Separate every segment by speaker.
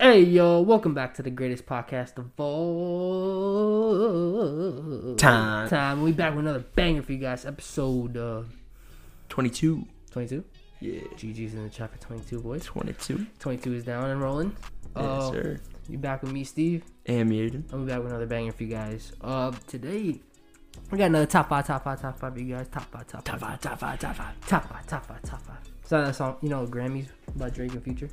Speaker 1: Hey y'all, welcome back to the greatest podcast of all
Speaker 2: Time.
Speaker 1: Time we back with another banger for you guys. Episode uh,
Speaker 2: 22.
Speaker 1: twenty-two.
Speaker 2: Yeah.
Speaker 1: GG's in the chopper. Twenty-two boys.
Speaker 2: 22.
Speaker 1: Twenty-two is down and rolling.
Speaker 2: yes,
Speaker 1: Uh,
Speaker 2: sir.
Speaker 1: You back with me, Steve?
Speaker 2: And muted.
Speaker 1: I'll be back with another banger for you guys. Uh, today we got another top five, top five, top five for you guys. Top five, top five, top
Speaker 2: top five, top five.
Speaker 1: five, top five, top five, top five. It's not that song, you know, Grammys by Drake and Future.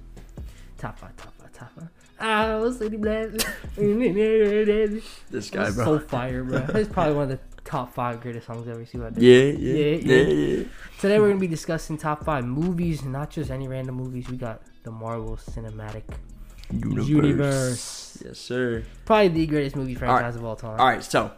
Speaker 1: Top five, top five, top five. Ah, I was city blast.
Speaker 2: This guy,
Speaker 1: It's
Speaker 2: bro.
Speaker 1: So fire, bro. It's probably one of the top five greatest songs ever. See what I did.
Speaker 2: yeah, yeah,
Speaker 1: Yeah, yeah.
Speaker 2: yeah, yeah.
Speaker 1: Today we're gonna be discussing top five movies, not just any random movies. We got the Marvel Cinematic
Speaker 2: Universe.
Speaker 1: Universe.
Speaker 2: Yes, sir.
Speaker 1: Probably the greatest movie
Speaker 2: right.
Speaker 1: franchise of all time.
Speaker 2: All right, so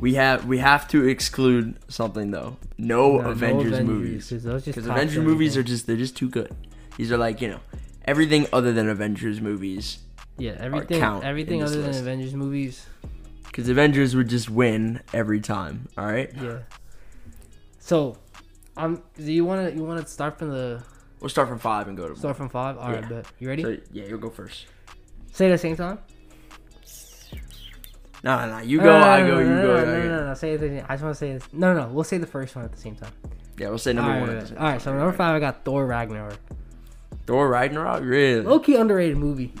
Speaker 2: we have we have to exclude something though. No, Avengers movies because
Speaker 1: Because
Speaker 2: Avengers movies are just they're just too good. These are like you know everything other than Avengers movies
Speaker 1: yeah everything
Speaker 2: count in
Speaker 1: everything
Speaker 2: this
Speaker 1: other than
Speaker 2: list.
Speaker 1: Avengers movies.
Speaker 2: because Avengers would just win every time. All right,
Speaker 1: Yeah. So, um, do you wanna you wanna start from the
Speaker 2: we'll start from five and go to.
Speaker 1: start from five? All right,
Speaker 2: Yeah.
Speaker 1: but you ready?
Speaker 2: So, yeah, you'll go first.
Speaker 1: Say it at the same time.
Speaker 2: No, no, no. You
Speaker 1: No,
Speaker 2: go,
Speaker 1: no,
Speaker 2: I
Speaker 1: no,
Speaker 2: go, you
Speaker 1: no, Uh,
Speaker 2: go.
Speaker 1: No,
Speaker 2: I
Speaker 1: no,
Speaker 2: go.
Speaker 1: no, no, Say it. at the- I just want to say this. No, no, no. We'll say the first one at the same time.
Speaker 2: Yeah, we'll say
Speaker 1: All
Speaker 2: number
Speaker 1: right,
Speaker 2: one.
Speaker 1: all right, all right, so number five, I got Thor Ragnarok.
Speaker 2: Thor Ragnarok, really?
Speaker 1: Low key underrated movie.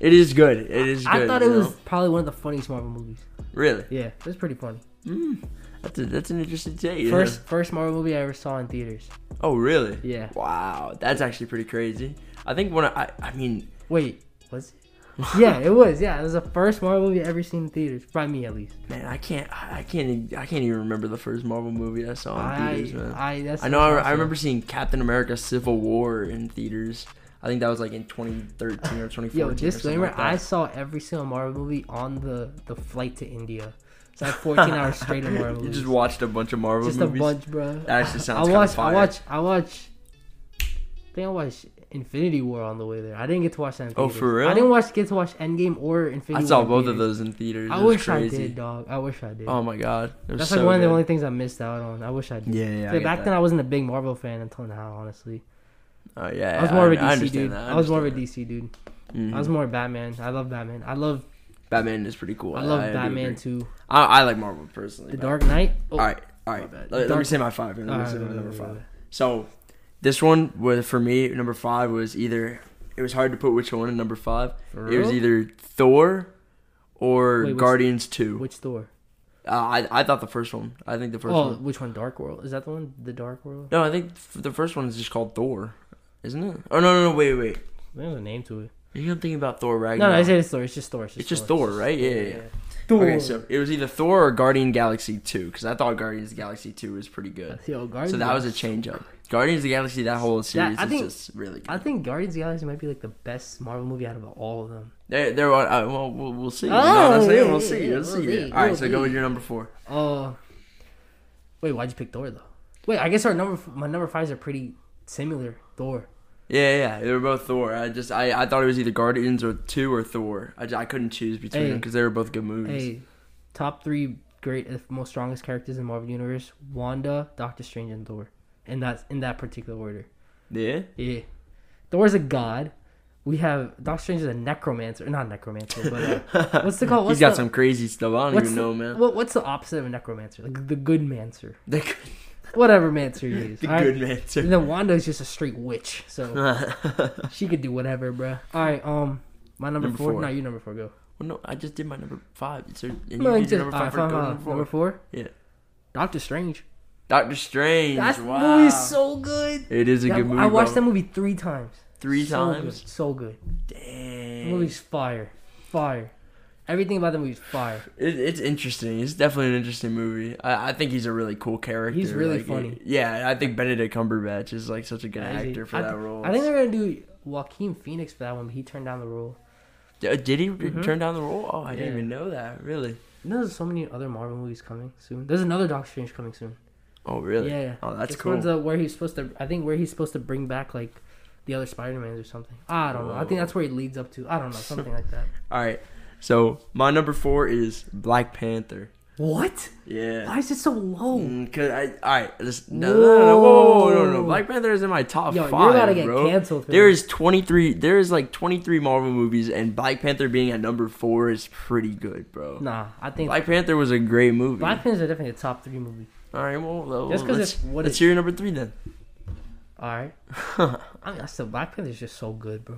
Speaker 2: It is good. It is good.
Speaker 1: Oh. I thought it
Speaker 2: you know?
Speaker 1: was probably one of the funniest Marvel movies.
Speaker 2: really.
Speaker 1: Yeah, it was pretty funny.
Speaker 2: Mm, that's a, that's an interesting take. yeah.
Speaker 1: First first Marvel movie I ever saw in theaters.
Speaker 2: Oh, really?
Speaker 1: Yeah.
Speaker 2: Wow, that's actually pretty crazy. I think when I, I mean,
Speaker 1: Wait, was it? yeah, it was. Yeah, it was the first Marvel movie I ever seen in theaters. By me, at least.
Speaker 2: man, I can't, I can't, I can't even remember the first Marvel movie I saw in
Speaker 1: I,
Speaker 2: theaters, man. I,
Speaker 1: I, that's
Speaker 2: know, I, I
Speaker 1: awesome.
Speaker 2: remember seeing Captain America: Civil War in theaters. I think that was like in 2013 or 2014.
Speaker 1: Yo,
Speaker 2: or something
Speaker 1: disclaimer:
Speaker 2: like that.
Speaker 1: I saw every single Marvel movie on the the flight to India. It's like 14 hours straight of Marvel.
Speaker 2: You
Speaker 1: Movies.
Speaker 2: just watched a bunch of Marvel
Speaker 1: Just
Speaker 2: movies.
Speaker 1: a bunch, bro.
Speaker 2: That actually sounds
Speaker 1: I
Speaker 2: kinda
Speaker 1: watch. I
Speaker 2: fire.
Speaker 1: watch. I watch. I think I watched Infinity War on the way there. I didn't get to watch that. In
Speaker 2: Oh,
Speaker 1: theaters.
Speaker 2: for real?
Speaker 1: I didn't watch get to watch Endgame or Infinity.
Speaker 2: I
Speaker 1: War
Speaker 2: saw
Speaker 1: in
Speaker 2: both of
Speaker 1: theaters.
Speaker 2: those in theaters.
Speaker 1: I
Speaker 2: it was
Speaker 1: wish
Speaker 2: crazy.
Speaker 1: I did, dog. I wish I did.
Speaker 2: Oh my god, it was
Speaker 1: That's
Speaker 2: so
Speaker 1: like one of
Speaker 2: good.
Speaker 1: the only things I missed out on. I wish I did.
Speaker 2: Yeah, yeah. I
Speaker 1: Like,
Speaker 2: get
Speaker 1: back
Speaker 2: that.
Speaker 1: then, I wasn't a big Marvel fan until now. Honestly,
Speaker 2: Oh yeah,
Speaker 1: I was more of a
Speaker 2: I
Speaker 1: DC
Speaker 2: understand
Speaker 1: dude.
Speaker 2: that,
Speaker 1: I, was more of a
Speaker 2: understand
Speaker 1: DC dude.
Speaker 2: that. Mhm.
Speaker 1: I was more Batman. I love Batman. I love.
Speaker 2: Batman is pretty cool.
Speaker 1: I love
Speaker 2: do
Speaker 1: Batman
Speaker 2: agree.
Speaker 1: too.
Speaker 2: I, I like Marvel personally.
Speaker 1: The
Speaker 2: but-
Speaker 1: Dark Knight. Uh, Oh,
Speaker 2: All right, all
Speaker 1: My
Speaker 2: right.
Speaker 1: bad.
Speaker 2: Let, let me
Speaker 1: Dark-
Speaker 2: say my five. Let me
Speaker 1: Alright,
Speaker 2: say my
Speaker 1: alright,
Speaker 2: number
Speaker 1: alright,
Speaker 2: five.
Speaker 1: alright.
Speaker 2: So this one was for me. Number five was either it was hard to put which one in number five.
Speaker 1: For
Speaker 2: It was
Speaker 1: real?
Speaker 2: either Thor or
Speaker 1: Wait, which-
Speaker 2: Guardians Two.
Speaker 1: Which Thor?
Speaker 2: Uh, I I thought the first one. I think the first
Speaker 1: oh,
Speaker 2: one.
Speaker 1: which one? Dark World? Is that the one? The Dark World?
Speaker 2: No, I think f- the first one is just called Thor, isn't it? Oh no no no wait wait.
Speaker 1: There's a name to it.
Speaker 2: Maybe I'm thinking about Thor Ragnarok.
Speaker 1: No, no, I said it's Thor. It's just Thor. It's just,
Speaker 2: It's just Thor, right? Yeah, yeah, yeah.
Speaker 1: Thor.
Speaker 2: Okay, so it was either Thor or Guardian Galaxy 2, because I thought Guardians of the Galaxy 2 was pretty good.
Speaker 1: Yo, Guardians.
Speaker 2: So that was a change up. Guardians of the Galaxy, that whole series
Speaker 1: I
Speaker 2: is
Speaker 1: think-
Speaker 2: just really
Speaker 1: I
Speaker 2: good.
Speaker 1: think Guardians of the Galaxy might be like the best Marvel movie out of all of them.
Speaker 2: They're, they're, on- uh, well, we'll, we'll see.
Speaker 1: Oh,
Speaker 2: You know what I'm
Speaker 1: yeah,
Speaker 2: saying?
Speaker 1: yeah,
Speaker 2: We'll see.
Speaker 1: yeah,
Speaker 2: We'll see.
Speaker 1: we'll
Speaker 2: yeah.
Speaker 1: see,
Speaker 2: All right,
Speaker 1: we'll
Speaker 2: so go
Speaker 1: see.
Speaker 2: with your number four. Oh.
Speaker 1: Uh, wait, why'd you pick Thor though? Wait, I guess our number f- my number fives are pretty similar. Thor.
Speaker 2: Yeah, yeah, yeah, they were both Thor. I just, I, I thought it was either Guardians or 2 or Thor. I, ju- I couldn't choose between
Speaker 1: Hey.
Speaker 2: them because they were both good movies.
Speaker 1: Hey, top three great, if most strongest characters in Marvel Universe: Wanda, Doctor Strange, and Thor. And that's in that particular order.
Speaker 2: Yeah?
Speaker 1: Yeah. Thor's a god. We have Doctor Strange is a necromancer, not necromancer, but uh, what's the call? What's
Speaker 2: He's got
Speaker 1: the,
Speaker 2: some crazy stuff. I don't
Speaker 1: what's
Speaker 2: even
Speaker 1: the-
Speaker 2: know, man.
Speaker 1: What, what's the opposite of a necromancer? Like the good mancer,
Speaker 2: The good,
Speaker 1: whatever mancer you use.
Speaker 2: the
Speaker 1: all right?
Speaker 2: good man, sir.
Speaker 1: And then Wanda's just a straight witch, so
Speaker 2: well,
Speaker 1: she could do whatever, bruh. All right, um, my number,
Speaker 2: Number
Speaker 1: four.
Speaker 2: four.
Speaker 1: No, you number four. Go.
Speaker 2: no, I just did my number five. So, and you
Speaker 1: No, you
Speaker 2: did your
Speaker 1: just-
Speaker 2: number
Speaker 1: all right,
Speaker 2: five for
Speaker 1: fine,
Speaker 2: go
Speaker 1: fine,
Speaker 2: number four.
Speaker 1: Number four.
Speaker 2: Yeah.
Speaker 1: Doctor Strange.
Speaker 2: Doctor Strange.
Speaker 1: That
Speaker 2: wow.
Speaker 1: movie is so good.
Speaker 2: it is a
Speaker 1: That-
Speaker 2: good movie.
Speaker 1: I watched
Speaker 2: bro.
Speaker 1: that movie three times.
Speaker 2: three
Speaker 1: So
Speaker 2: times.
Speaker 1: good, So good. The
Speaker 2: Dang.
Speaker 1: movie's fire, fire. Everything about the movie's fire.
Speaker 2: It, it's interesting. It's definitely an interesting movie. I, I think he's a really cool character.
Speaker 1: He's really
Speaker 2: Like,
Speaker 1: funny.
Speaker 2: Yeah, I think Benedict Cumberbatch is like such a good
Speaker 1: Crazy.
Speaker 2: actor for
Speaker 1: I
Speaker 2: that
Speaker 1: th-
Speaker 2: role.
Speaker 1: I think they're gonna do Joaquin Phoenix for that one, but he turned down the role.
Speaker 2: Uh, did he
Speaker 1: Mhm.
Speaker 2: turn down the role? Oh, I
Speaker 1: Yeah.
Speaker 2: didn't even know that. Really?
Speaker 1: You know, there's so many other Marvel movies coming soon. There's another Doctor Strange coming soon.
Speaker 2: Oh, really?
Speaker 1: Yeah.
Speaker 2: Oh, that's
Speaker 1: This
Speaker 2: cool.
Speaker 1: one's, uh, where he's supposed to. I think where he's supposed to bring back like the other Spider Mans or something. I don't know. I
Speaker 2: Whoa.
Speaker 1: think that's where it leads up to. I don't know. Something like that.
Speaker 2: All right. So my number four is Black Panther.
Speaker 1: What?
Speaker 2: Yeah.
Speaker 1: Why is it so low?
Speaker 2: Mm, Cause I, all right, listen, no, no, no, no, whoa, whoa, whoa, no, no,
Speaker 1: Whoa.
Speaker 2: Black Panther is in my top
Speaker 1: Yo, you're
Speaker 2: five,
Speaker 1: about to get
Speaker 2: bro.
Speaker 1: canceled for
Speaker 2: There
Speaker 1: this.
Speaker 2: is twenty three, there is like twenty three Marvel movies, and Black Panther being at number four is pretty good, bro.
Speaker 1: Nah, I think
Speaker 2: Black Panther was a great movie.
Speaker 1: Black Panther is definitely a top three movie.
Speaker 2: all right, well, well
Speaker 1: Just 'cause
Speaker 2: let's,
Speaker 1: it's what
Speaker 2: let's
Speaker 1: it-
Speaker 2: hear your number three then.
Speaker 1: All right. I mean, I still Black Panther is just so good, bro.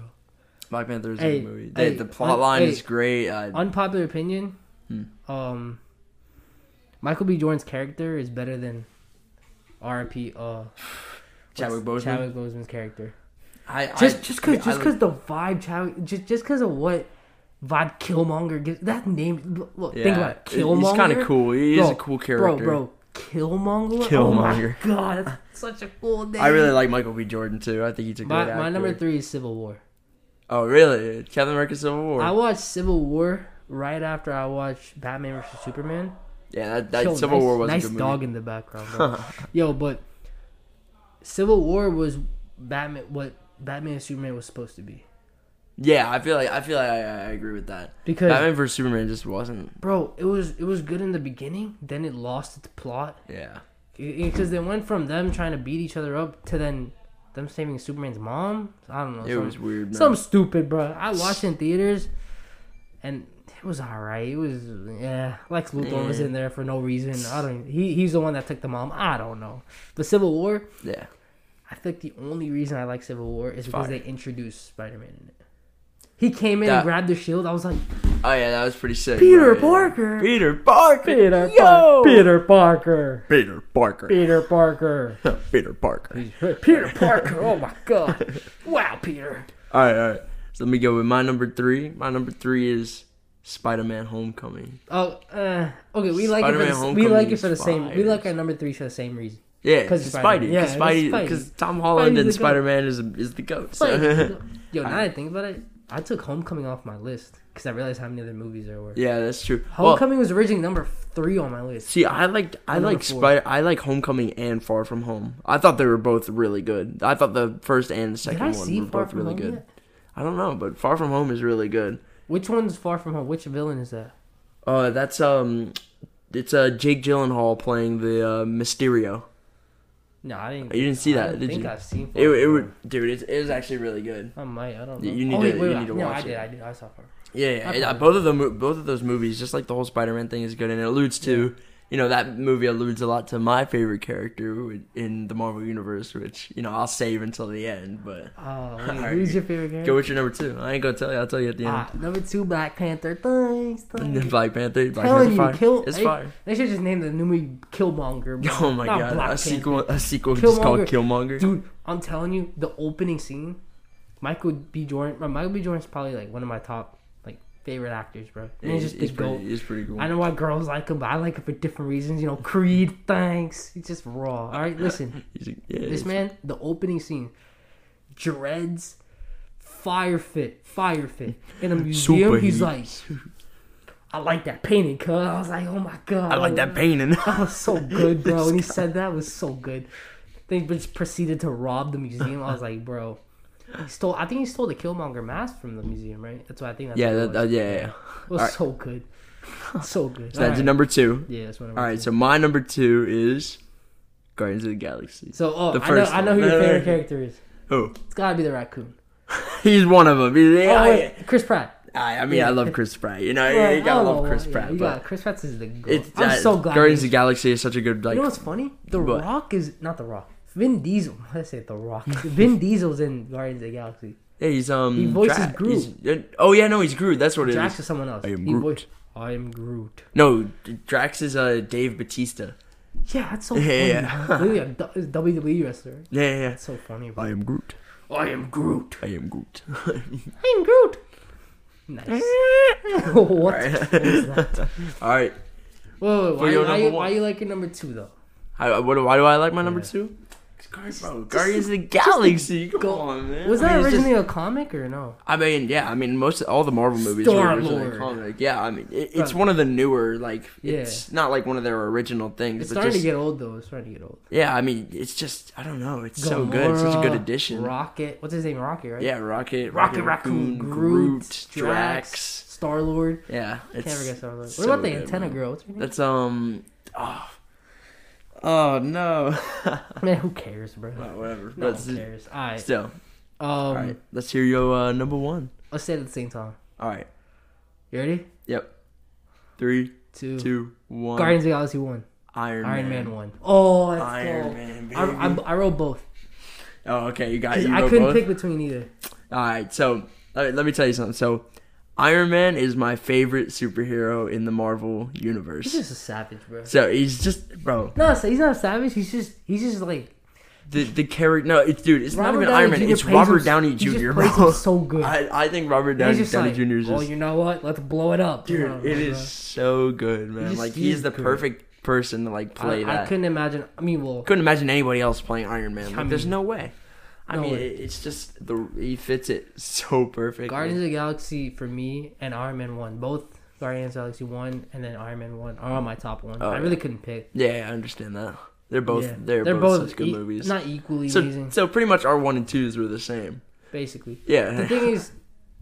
Speaker 2: Black Panther is a
Speaker 1: Hey,
Speaker 2: good movie.
Speaker 1: hey,
Speaker 2: the, the plot
Speaker 1: un-
Speaker 2: line
Speaker 1: hey,
Speaker 2: is great. uh, I,
Speaker 1: Unpopular opinion.
Speaker 2: Hmm.
Speaker 1: Um, Michael B. Jordan's character is better than R.I.P. Uh,
Speaker 2: Chadwick
Speaker 1: what's-
Speaker 2: Boseman.
Speaker 1: Chadwick Boseman's character.
Speaker 2: I, I,
Speaker 1: Just, just cause,
Speaker 2: I
Speaker 1: just
Speaker 2: like-
Speaker 1: cause the vibe, Chadwick. Just, just cause of what vibe Killmonger gives. That name. look- Look,
Speaker 2: Yeah,
Speaker 1: think about it.
Speaker 2: it- he's
Speaker 1: Killmonger.
Speaker 2: kinda cool. He is a
Speaker 1: Bro,
Speaker 2: cool
Speaker 1: Bro,
Speaker 2: character.
Speaker 1: bro. Killmonger. Oh my
Speaker 2: Killmonger.
Speaker 1: God, that's such a cool name.
Speaker 2: I really like Michael B. Jordan too. I think he's a great
Speaker 1: My,
Speaker 2: actor.
Speaker 1: my number three is Civil War.
Speaker 2: Oh, really? Captain America: Civil War.
Speaker 1: I watched Civil War right after I watched Batman vs Superman.
Speaker 2: yeah, that, that
Speaker 1: Yo,
Speaker 2: Civil
Speaker 1: nice,
Speaker 2: War was
Speaker 1: nice
Speaker 2: a good movie.
Speaker 1: dog in the background, bro. Yo, but Civil War was Batman. What Batman and Superman was supposed to be,
Speaker 2: Yeah, I feel like I feel like I, I agree with that.
Speaker 1: Because-
Speaker 2: Batman vs Superman just wasn't.
Speaker 1: bro. It was it was good in the beginning. Then it lost its plot
Speaker 2: Yeah.
Speaker 1: because they went from them trying to beat each other up to then them saving Superman's mom. I don't know.
Speaker 2: It
Speaker 1: some-
Speaker 2: was weird, man.
Speaker 1: Some stupid, bro. I watched in theaters, and it was alright. It was yeah. Lex Luthor was in there for no reason. I don't. e, He he's the one that took the mom. I don't know. The Civil War.
Speaker 2: Yeah.
Speaker 1: I think the only reason I like Civil War is because
Speaker 2: Fire.
Speaker 1: they introduced Spider Man in it. He came in
Speaker 2: That-
Speaker 1: and grabbed the shield. I was like,
Speaker 2: Oh yeah, that was pretty sick.
Speaker 1: Peter
Speaker 2: bro, yeah.
Speaker 1: Parker.
Speaker 2: Peter Parker.
Speaker 1: Peter,
Speaker 2: Yo!
Speaker 1: Par- Peter Parker.
Speaker 2: Peter Parker.
Speaker 1: Peter Parker.
Speaker 2: Peter Parker.
Speaker 1: Peter Parker. Oh my god. Wow, Peter.
Speaker 2: All right, all right. So let me go with my number three. My number three is Spider-Man: Homecoming.
Speaker 1: Oh, uh, okay. We like
Speaker 2: Spider-Man
Speaker 1: it for the, we
Speaker 2: Homecoming
Speaker 1: like it for the
Speaker 2: is
Speaker 1: same. We
Speaker 2: fire.
Speaker 1: like our number three for the same reason.
Speaker 2: Yeah,
Speaker 1: 'Cause
Speaker 2: because
Speaker 1: Spider-Man.
Speaker 2: Spidey.
Speaker 1: Yeah,
Speaker 2: Because
Speaker 1: 'cause
Speaker 2: Spidey.
Speaker 1: Spidey.
Speaker 2: Because Tom Holland
Speaker 1: Spidey's the
Speaker 2: and
Speaker 1: goat.
Speaker 2: Spider-Man is is the goat. so-
Speaker 1: But, yo, now that I think about it, I took Homecoming off my list because I realized how many other movies there were.
Speaker 2: yeah, that's true. Well,
Speaker 1: Homecoming was originally number three on my list.
Speaker 2: See, I liked I
Speaker 1: number
Speaker 2: like
Speaker 1: four.
Speaker 2: Spider I like Homecoming and Far From Home. I thought they were both really good. I thought the first and the
Speaker 1: Did
Speaker 2: second
Speaker 1: I
Speaker 2: one
Speaker 1: see
Speaker 2: were
Speaker 1: Far
Speaker 2: both
Speaker 1: From
Speaker 2: really
Speaker 1: Home
Speaker 2: good.
Speaker 1: yet?
Speaker 2: I don't know, but Far From Home is really good.
Speaker 1: Which one's Far From Home? Which villain is that?
Speaker 2: Uh, that's um, it's uh Jake Gyllenhaal playing the uh, Mysterio.
Speaker 1: No, I didn't.
Speaker 2: You didn't see
Speaker 1: I
Speaker 2: that,
Speaker 1: don't
Speaker 2: did
Speaker 1: think
Speaker 2: you?
Speaker 1: I've seen. Far
Speaker 2: It
Speaker 1: From
Speaker 2: it
Speaker 1: Home.
Speaker 2: would dude. It, it was actually really good.
Speaker 1: I might. I don't know.
Speaker 2: You- you need
Speaker 1: oh,
Speaker 2: to-
Speaker 1: wait, wait,
Speaker 2: you
Speaker 1: wait.
Speaker 2: need to
Speaker 1: no,
Speaker 2: watch
Speaker 1: I did.
Speaker 2: it.
Speaker 1: I did. I saw Far.
Speaker 2: Yeah, yeah,
Speaker 1: I
Speaker 2: it-
Speaker 1: probably-
Speaker 2: both of the mo- both of those movies, just like the whole Spider-Man thing, is good, and it alludes to. You know that movie alludes a lot to my favorite character wi- in the Marvel universe, which you know I'll save until the end. But
Speaker 1: Oh, wait,
Speaker 2: Alright.
Speaker 1: who's your favorite character?
Speaker 2: Go with your number two. I ain't gonna tell you. I'll tell you at the end.
Speaker 1: Ah, number two, Black Panther. Thanks.
Speaker 2: And then
Speaker 1: thanks.
Speaker 2: Black Panther. Black
Speaker 1: Telling
Speaker 2: Panther
Speaker 1: you,
Speaker 2: fire.
Speaker 1: kill.
Speaker 2: it's
Speaker 1: they,
Speaker 2: fire.
Speaker 1: They should just name the new movie Killmonger. bro.
Speaker 2: Oh my
Speaker 1: Not
Speaker 2: god,
Speaker 1: Black
Speaker 2: a
Speaker 1: Panther.
Speaker 2: sequel. A sequel just called Killmonger.
Speaker 1: Dude, I'm telling you, the opening scene, Michael B. Jordan. uh, Michael B. Jordan's probably like one of my top like favorite actors, bro. And
Speaker 2: It's-
Speaker 1: it's just the
Speaker 2: it's
Speaker 1: goat.
Speaker 2: pretty, it's pretty cool.
Speaker 1: I know why girls like him, but I like him for different reasons. You know, Creed, thanks. He's just raw. All right, listen,
Speaker 2: He's a- yeah,
Speaker 1: this
Speaker 2: it's-
Speaker 1: man, the opening scene, dreads, fire fit, fire fit in a museum.
Speaker 2: Super
Speaker 1: he's
Speaker 2: heat.
Speaker 1: like, I like that painting, cuz. I was like, oh my god,
Speaker 2: I like that painting.
Speaker 1: That was so good, bro. When he said that, it was so good. They just proceeded to rob the museum. I was like, bro. He stole. I think he stole the Killmonger mask from the museum, right? That's what I think. That's
Speaker 2: yeah,
Speaker 1: what it
Speaker 2: that,
Speaker 1: was.
Speaker 2: that, yeah, yeah. yeah.
Speaker 1: It was
Speaker 2: All right.
Speaker 1: so good. So good.
Speaker 2: So that's your number two.
Speaker 1: yeah, that's what I'm
Speaker 2: All right, so my number two is Guardians of the Galaxy.
Speaker 1: So, oh,
Speaker 2: The
Speaker 1: I know,
Speaker 2: first
Speaker 1: I know
Speaker 2: one.
Speaker 1: who your
Speaker 2: No, no,
Speaker 1: favorite
Speaker 2: no.
Speaker 1: character is.
Speaker 2: Who?
Speaker 1: It's gotta be the raccoon.
Speaker 2: He's one of them. He's,
Speaker 1: Oh,
Speaker 2: I,
Speaker 1: wait, Chris Pratt.
Speaker 2: I, I mean, I love Chris Pratt. You know,
Speaker 1: Yeah,
Speaker 2: you gotta
Speaker 1: I
Speaker 2: love
Speaker 1: don't
Speaker 2: Chris
Speaker 1: know why.
Speaker 2: Pratt.
Speaker 1: Yeah, you
Speaker 2: but
Speaker 1: got Chris Pratt's is the goat.
Speaker 2: it's
Speaker 1: I'm
Speaker 2: uh,
Speaker 1: so glad.
Speaker 2: Guardians
Speaker 1: he-
Speaker 2: of the Galaxy is such a good like.
Speaker 1: you know what's funny? The
Speaker 2: What?
Speaker 1: Rock is not the Rock. Vin Diesel. Why did I say the Rock? Vin Diesel's in Guardians of the Galaxy.
Speaker 2: yeah, he's um.
Speaker 1: He voices
Speaker 2: Dra-
Speaker 1: Groot.
Speaker 2: he's- uh, oh yeah, no, he's Groot. That's what it is.
Speaker 1: Drax is someone else.
Speaker 2: I am
Speaker 1: He
Speaker 2: Groot.
Speaker 1: voiced- I am Groot.
Speaker 2: No, D- Drax is uh, Dave Batista.
Speaker 1: Yeah, that's so
Speaker 2: Yeah,
Speaker 1: funny. Literally
Speaker 2: yeah.
Speaker 1: a du- it's WWE wrestler.
Speaker 2: Yeah, yeah, yeah.
Speaker 1: That's so funny.
Speaker 2: I am Groot.
Speaker 1: I am Groot.
Speaker 2: I am Groot.
Speaker 1: I am Groot. Nice. what
Speaker 2: Alright.
Speaker 1: the fuck is that?
Speaker 2: All right.
Speaker 1: Whoa, wait,
Speaker 2: For
Speaker 1: why,
Speaker 2: your
Speaker 1: why,
Speaker 2: number
Speaker 1: you-
Speaker 2: one.
Speaker 1: why you like your number two though?
Speaker 2: I, what, why do I like my number
Speaker 1: Yeah.
Speaker 2: two? 'Cause Guardians, bro,
Speaker 1: just-
Speaker 2: Guardians of the Galaxy. Come
Speaker 1: go-
Speaker 2: on, man.
Speaker 1: Was
Speaker 2: I
Speaker 1: that
Speaker 2: mean, it's just-
Speaker 1: originally a comic or no?
Speaker 2: I mean, yeah. I mean, most of, all the Marvel movies were originally
Speaker 1: Star-Lord.
Speaker 2: comic. Yeah, I mean, it, it's
Speaker 1: Bro.
Speaker 2: one of the newer. Like,
Speaker 1: Yeah.
Speaker 2: it's not like one of their original things.
Speaker 1: It's
Speaker 2: but
Speaker 1: starting
Speaker 2: just,
Speaker 1: to get old though. It's starting to get old.
Speaker 2: yeah, I mean, it's just I don't know. It's so good. It's such a good
Speaker 1: Gamora,
Speaker 2: addition.
Speaker 1: Rocket. What's his name? Rocket, right?
Speaker 2: yeah, Rocket,
Speaker 1: Rocket Raccoon, Groot, Drax, Star Lord.
Speaker 2: Yeah,
Speaker 1: Can't
Speaker 2: it's-
Speaker 1: forget Star Lord. What
Speaker 2: so
Speaker 1: about the
Speaker 2: good,
Speaker 1: antenna
Speaker 2: man.
Speaker 1: girl? What's her name?
Speaker 2: That's um. Oh, oh no.
Speaker 1: Man, who cares, bro?
Speaker 2: Well, whatever.
Speaker 1: No
Speaker 2: but
Speaker 1: one cares. All right.
Speaker 2: still,
Speaker 1: Um,
Speaker 2: all right. Let's hear your uh, number one.
Speaker 1: let's say it at the same time.
Speaker 2: All right.
Speaker 1: You ready?
Speaker 2: Yep. Three,
Speaker 1: Two.
Speaker 2: two, one.
Speaker 1: Guardians of the Galaxy one.
Speaker 2: Iron,
Speaker 1: Iron Man,
Speaker 2: Man.
Speaker 1: one. Oh, that's
Speaker 2: Iron
Speaker 1: dope.
Speaker 2: Man, baby.
Speaker 1: I, I, I wrote both.
Speaker 2: oh, okay. You got.
Speaker 1: 'Cause
Speaker 2: You
Speaker 1: I
Speaker 2: go
Speaker 1: couldn't
Speaker 2: both?
Speaker 1: pick between either.
Speaker 2: All right, so all right, let me tell you something. So, Iron Man is my favorite superhero in the Marvel
Speaker 1: He's
Speaker 2: universe.
Speaker 1: just a savage, bro.
Speaker 2: So he's just, bro,
Speaker 1: No, so he's not a savage. He's just he's just like
Speaker 2: the the character. No, it's dude. It's
Speaker 1: Robert
Speaker 2: not even
Speaker 1: Downey
Speaker 2: Iron Man.
Speaker 1: Jr.
Speaker 2: It's
Speaker 1: plays
Speaker 2: Robert
Speaker 1: him-
Speaker 2: Downey
Speaker 1: he just
Speaker 2: Jr.
Speaker 1: plays
Speaker 2: Bro,
Speaker 1: him so good.
Speaker 2: I, I think Robert
Speaker 1: he's
Speaker 2: Downey,
Speaker 1: just
Speaker 2: Downey
Speaker 1: like,
Speaker 2: Jr. is
Speaker 1: oh,
Speaker 2: just,
Speaker 1: you know what? Let's blow it up,
Speaker 2: dude.
Speaker 1: Bro,
Speaker 2: it is
Speaker 1: bro.
Speaker 2: so good, man.
Speaker 1: just-
Speaker 2: like
Speaker 1: he
Speaker 2: he's
Speaker 1: is
Speaker 2: the
Speaker 1: good.
Speaker 2: perfect person to like
Speaker 1: I,
Speaker 2: play that.
Speaker 1: I
Speaker 2: couldn't,
Speaker 1: couldn't imagine. I mean, well,
Speaker 2: imagine anybody else playing Iron Man. Like,
Speaker 1: I
Speaker 2: there's
Speaker 1: mean,
Speaker 2: no way. I
Speaker 1: no
Speaker 2: mean,
Speaker 1: way.
Speaker 2: it, it's just the he fits it so perfectly.
Speaker 1: Guardians of the Galaxy for me and Iron Man one, both Guardians of the Galaxy one and then Iron Man one are on my top one.
Speaker 2: Oh,
Speaker 1: I
Speaker 2: yeah.
Speaker 1: really couldn't pick.
Speaker 2: yeah, I understand that. They're both
Speaker 1: Yeah.
Speaker 2: they're, both, such good
Speaker 1: e-
Speaker 2: movies.
Speaker 1: Not equally
Speaker 2: So,
Speaker 1: amazing,
Speaker 2: so pretty much our one and twos were the same.
Speaker 1: basically. The
Speaker 2: Yeah.
Speaker 1: thing is,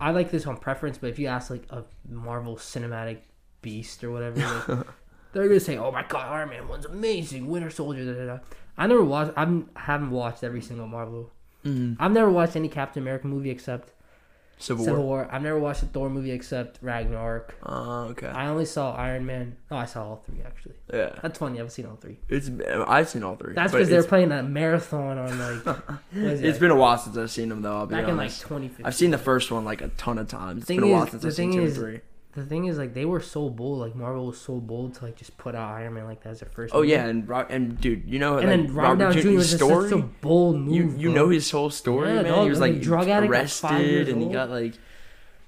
Speaker 1: I like this on preference, but if you ask like a Marvel cinematic beast or whatever, like, they're gonna say, "Oh my God, Iron Man one's amazing, Winter Soldier." Da, da, da. I never watched. I'm I haven't watched every single Marvel.
Speaker 2: Mhm.
Speaker 1: I've never watched any Captain America movie except
Speaker 2: Civil
Speaker 1: Civil
Speaker 2: War.
Speaker 1: War. I've never watched a Thor movie except Ragnarok.
Speaker 2: Oh, okay.
Speaker 1: I only saw Iron Man. Oh, I saw all three actually.
Speaker 2: Yeah.
Speaker 1: That's funny. I've seen all three.
Speaker 2: It's I've seen all three.
Speaker 1: That's
Speaker 2: but
Speaker 1: because they're
Speaker 2: it's-
Speaker 1: playing a marathon on like what is
Speaker 2: It's
Speaker 1: that?
Speaker 2: been a while since I've seen them though. I'll be
Speaker 1: back in like
Speaker 2: honest.
Speaker 1: 2015.
Speaker 2: I've seen the first one like a ton of times. It's
Speaker 1: Thing
Speaker 2: been a while
Speaker 1: is-
Speaker 2: since
Speaker 1: the
Speaker 2: I've seen
Speaker 1: thing
Speaker 2: two and
Speaker 1: is-
Speaker 2: three.
Speaker 1: The thing is, like, they were so bold. Like, Marvel was so bold to like just put out Iron Man like that as their first.
Speaker 2: Oh
Speaker 1: movie.
Speaker 2: yeah, and Ro- and dude, you know,
Speaker 1: and
Speaker 2: like,
Speaker 1: then Robert Downey Jr. was just
Speaker 2: story.
Speaker 1: such a bold move.
Speaker 2: you you
Speaker 1: bro.
Speaker 2: know his whole story,
Speaker 1: Yeah,
Speaker 2: man.
Speaker 1: dog,
Speaker 2: he was
Speaker 1: like,
Speaker 2: like
Speaker 1: drug addict at
Speaker 2: arrested,
Speaker 1: five years
Speaker 2: and he
Speaker 1: old.
Speaker 2: got like,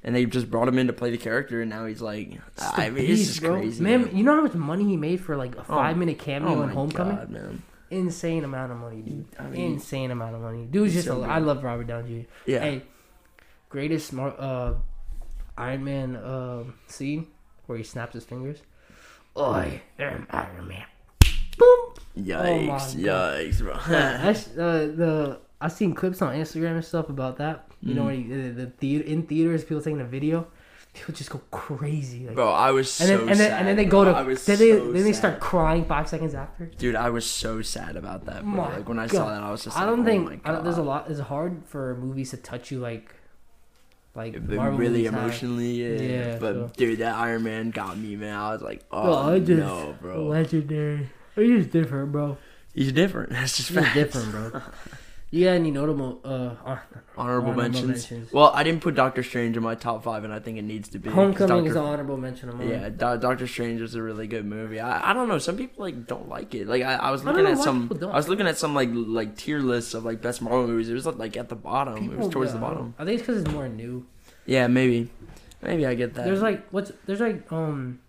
Speaker 2: and they just brought him in to play the character, and now he's like,
Speaker 1: Just
Speaker 2: I
Speaker 1: a
Speaker 2: mean,
Speaker 1: beast,
Speaker 2: it's just
Speaker 1: bro.
Speaker 2: crazy,
Speaker 1: man, You know how much money he made for like a five minute cameo
Speaker 2: Oh
Speaker 1: in
Speaker 2: my
Speaker 1: Homecoming?
Speaker 2: god, man.
Speaker 1: Insane amount of money, dude.
Speaker 2: I mean,
Speaker 1: Insane amount of money. Dude's just.
Speaker 2: so
Speaker 1: a,
Speaker 2: good.
Speaker 1: I love Robert Downey Jr.
Speaker 2: yeah.
Speaker 1: Hey, greatest Mar- uh, Iron Man uh, scene where he snaps his fingers. I am Iron Man. Boom. oh my
Speaker 2: Yikes!
Speaker 1: God.
Speaker 2: yikes, bro.
Speaker 1: I, s- uh, the I seen clips on Instagram and stuff about that. You
Speaker 2: Hmm.
Speaker 1: know, when he, the, the theater in theaters, people taking a video, people just go crazy. Like,
Speaker 2: Bro, I was
Speaker 1: and
Speaker 2: so
Speaker 1: then and then
Speaker 2: sad.
Speaker 1: and then they go
Speaker 2: bro.
Speaker 1: to
Speaker 2: I
Speaker 1: then
Speaker 2: was
Speaker 1: they
Speaker 2: so
Speaker 1: then they
Speaker 2: sad.
Speaker 1: start crying five seconds after.
Speaker 2: Dude, I was so sad about that. Bro.
Speaker 1: My
Speaker 2: Like when I
Speaker 1: God.
Speaker 2: saw that, I was just.
Speaker 1: I
Speaker 2: like,
Speaker 1: don't
Speaker 2: oh
Speaker 1: think
Speaker 2: my
Speaker 1: I don't, there's a
Speaker 2: God.
Speaker 1: lot. It's hard for movies to touch you like like
Speaker 2: It- it
Speaker 1: Marvel
Speaker 2: really
Speaker 1: movies have.
Speaker 2: emotionally, yeah.
Speaker 1: Yeah,
Speaker 2: but
Speaker 1: so-
Speaker 2: dude, that Iron Man got me, man. I was like, oh
Speaker 1: Bro, I just-
Speaker 2: no, bro.
Speaker 1: Legendary. It's just different, bro.
Speaker 2: He's different. That's just
Speaker 1: It's just
Speaker 2: fact.
Speaker 1: different, bro. You got any notable uh, uh
Speaker 2: Honorable,
Speaker 1: Honorable
Speaker 2: mentions.
Speaker 1: mentions.
Speaker 2: Well, I didn't put Doctor Strange in my top five, and I think it needs to be. 'cause
Speaker 1: Homecoming is an
Speaker 2: Doctor-
Speaker 1: honorable mention of mine.
Speaker 2: Yeah, Do- Doctor Strange was a really good movie. I, I don't know. Some people like don't like it. Like I, I was
Speaker 1: I don't
Speaker 2: looking
Speaker 1: know
Speaker 2: at
Speaker 1: why
Speaker 2: some.
Speaker 1: people don't.
Speaker 2: I was looking at some like like tier lists of like best Marvel movies. It was like at the bottom. it was
Speaker 1: People,
Speaker 2: towards the
Speaker 1: uh,
Speaker 2: bottom.
Speaker 1: I think it's because it's more new.
Speaker 2: Yeah, maybe, maybe I get that.
Speaker 1: There's like what's there's like um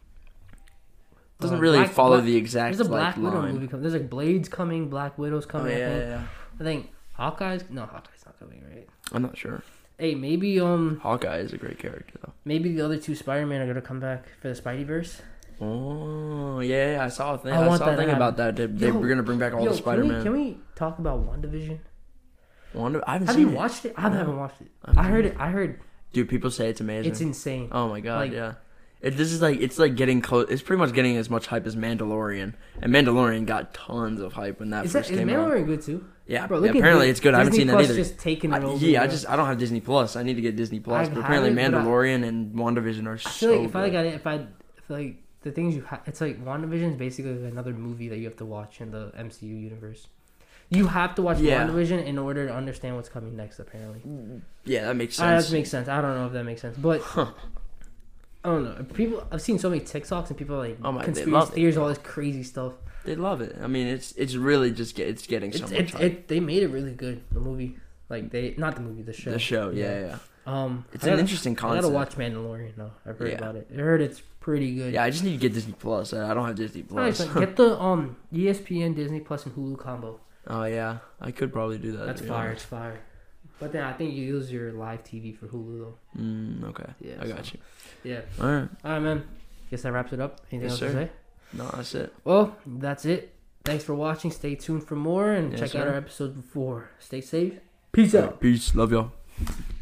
Speaker 2: doesn't
Speaker 1: uh,
Speaker 2: really
Speaker 1: Black-
Speaker 2: follow
Speaker 1: Black-
Speaker 2: the exact
Speaker 1: There's a Black
Speaker 2: like,
Speaker 1: Widow
Speaker 2: line.
Speaker 1: movie coming. There's like Blades coming, Black Widow's
Speaker 2: Oh
Speaker 1: coming.
Speaker 2: yeah,
Speaker 1: I,
Speaker 2: yeah,
Speaker 1: think.
Speaker 2: yeah.
Speaker 1: I think Hawkeye's no Hawkeye's not coming right.
Speaker 2: I'm not sure.
Speaker 1: Hey, maybe um
Speaker 2: Hawkeye is a great character though.
Speaker 1: maybe the other two Spider Man are gonna come back for the Spideyverse.
Speaker 2: Oh yeah, yeah, I saw a thing.
Speaker 1: I
Speaker 2: I,
Speaker 1: want
Speaker 2: saw a
Speaker 1: that
Speaker 2: thing
Speaker 1: to
Speaker 2: about that. They, they
Speaker 1: Yo,
Speaker 2: were gonna bring back all
Speaker 1: Yo,
Speaker 2: the Spider
Speaker 1: Can
Speaker 2: Man.
Speaker 1: we, can we talk about WandaVision?
Speaker 2: Wonder. I haven't
Speaker 1: Have
Speaker 2: seen
Speaker 1: you
Speaker 2: it.
Speaker 1: watched it? I
Speaker 2: No.
Speaker 1: haven't watched it.
Speaker 2: haven't
Speaker 1: I heard it. I heard
Speaker 2: Dude, people say it's amazing.
Speaker 1: it's insane.
Speaker 2: Oh my god,
Speaker 1: Like-
Speaker 2: yeah. It, this is like it's like getting close. It's pretty much getting as much hype as Mandalorian, and Mandalorian got tons of hype when that
Speaker 1: Is that
Speaker 2: first
Speaker 1: is
Speaker 2: came out.
Speaker 1: Mandalorian good too?
Speaker 2: Yeah,
Speaker 1: Bro,
Speaker 2: yeah,
Speaker 1: look at
Speaker 2: apparently
Speaker 1: Di-
Speaker 2: it's good. I haven't
Speaker 1: Disney
Speaker 2: seen
Speaker 1: Plus
Speaker 2: that either.
Speaker 1: Just taking it
Speaker 2: I,
Speaker 1: over.
Speaker 2: yeah, I
Speaker 1: bro.
Speaker 2: just I don't have Disney Plus. I need to get Disney Plus.
Speaker 1: I've
Speaker 2: But apparently
Speaker 1: had it, but I-
Speaker 2: Mandalorian and WandaVision are
Speaker 1: I feel
Speaker 2: so
Speaker 1: like if I
Speaker 2: good.
Speaker 1: got it, if I if like the things you ha- it's like WandaVision is basically another movie that you have to watch in the MCU universe. You have to watch
Speaker 2: Yeah.
Speaker 1: WandaVision in order to understand what's coming next. Apparently,
Speaker 2: yeah, that makes
Speaker 1: Ah,
Speaker 2: sense.
Speaker 1: that makes sense. I don't know if that makes sense, but I don't know. People, I've seen so many TikToks and people are like
Speaker 2: Oh my, they love
Speaker 1: conspiracy
Speaker 2: it,
Speaker 1: theories,
Speaker 2: bro.
Speaker 1: all this crazy stuff.
Speaker 2: They love it. I mean, it's it's really just get, it's getting so
Speaker 1: It's,
Speaker 2: much
Speaker 1: it's,
Speaker 2: hype.
Speaker 1: it, they made it really good. The movie, like they not the movie, the show.
Speaker 2: the show, yeah, yeah.
Speaker 1: Um,
Speaker 2: It's
Speaker 1: I
Speaker 2: an
Speaker 1: gotta,
Speaker 2: interesting
Speaker 1: I
Speaker 2: concept.
Speaker 1: gotta watch Mandalorian though. I've heard
Speaker 2: Yeah.
Speaker 1: about it. I heard it's pretty good.
Speaker 2: Yeah, I just need to get Disney Plus. I I don't have Disney
Speaker 1: No, it's
Speaker 2: Plus.
Speaker 1: like, Oh, get the um ESPN, Disney Plus, and Hulu combo.
Speaker 2: oh yeah, I could probably do that.
Speaker 1: That's
Speaker 2: to be
Speaker 1: fire.
Speaker 2: honest.
Speaker 1: It's fire. But then I think you use your live TV for Hulu though.
Speaker 2: Mm, okay,
Speaker 1: Yeah,
Speaker 2: I got you.
Speaker 1: Yeah.
Speaker 2: All right.
Speaker 1: All right, man. Guess that wraps it up. Anything
Speaker 2: Yes,
Speaker 1: else
Speaker 2: sir.
Speaker 1: to say?
Speaker 2: No, that's it.
Speaker 1: Well, that's it. Thanks for watching. Stay tuned for more and
Speaker 2: Yes,
Speaker 1: check
Speaker 2: sir.
Speaker 1: out our episode before. Stay safe. Peace out.
Speaker 2: Peace. Love y'all.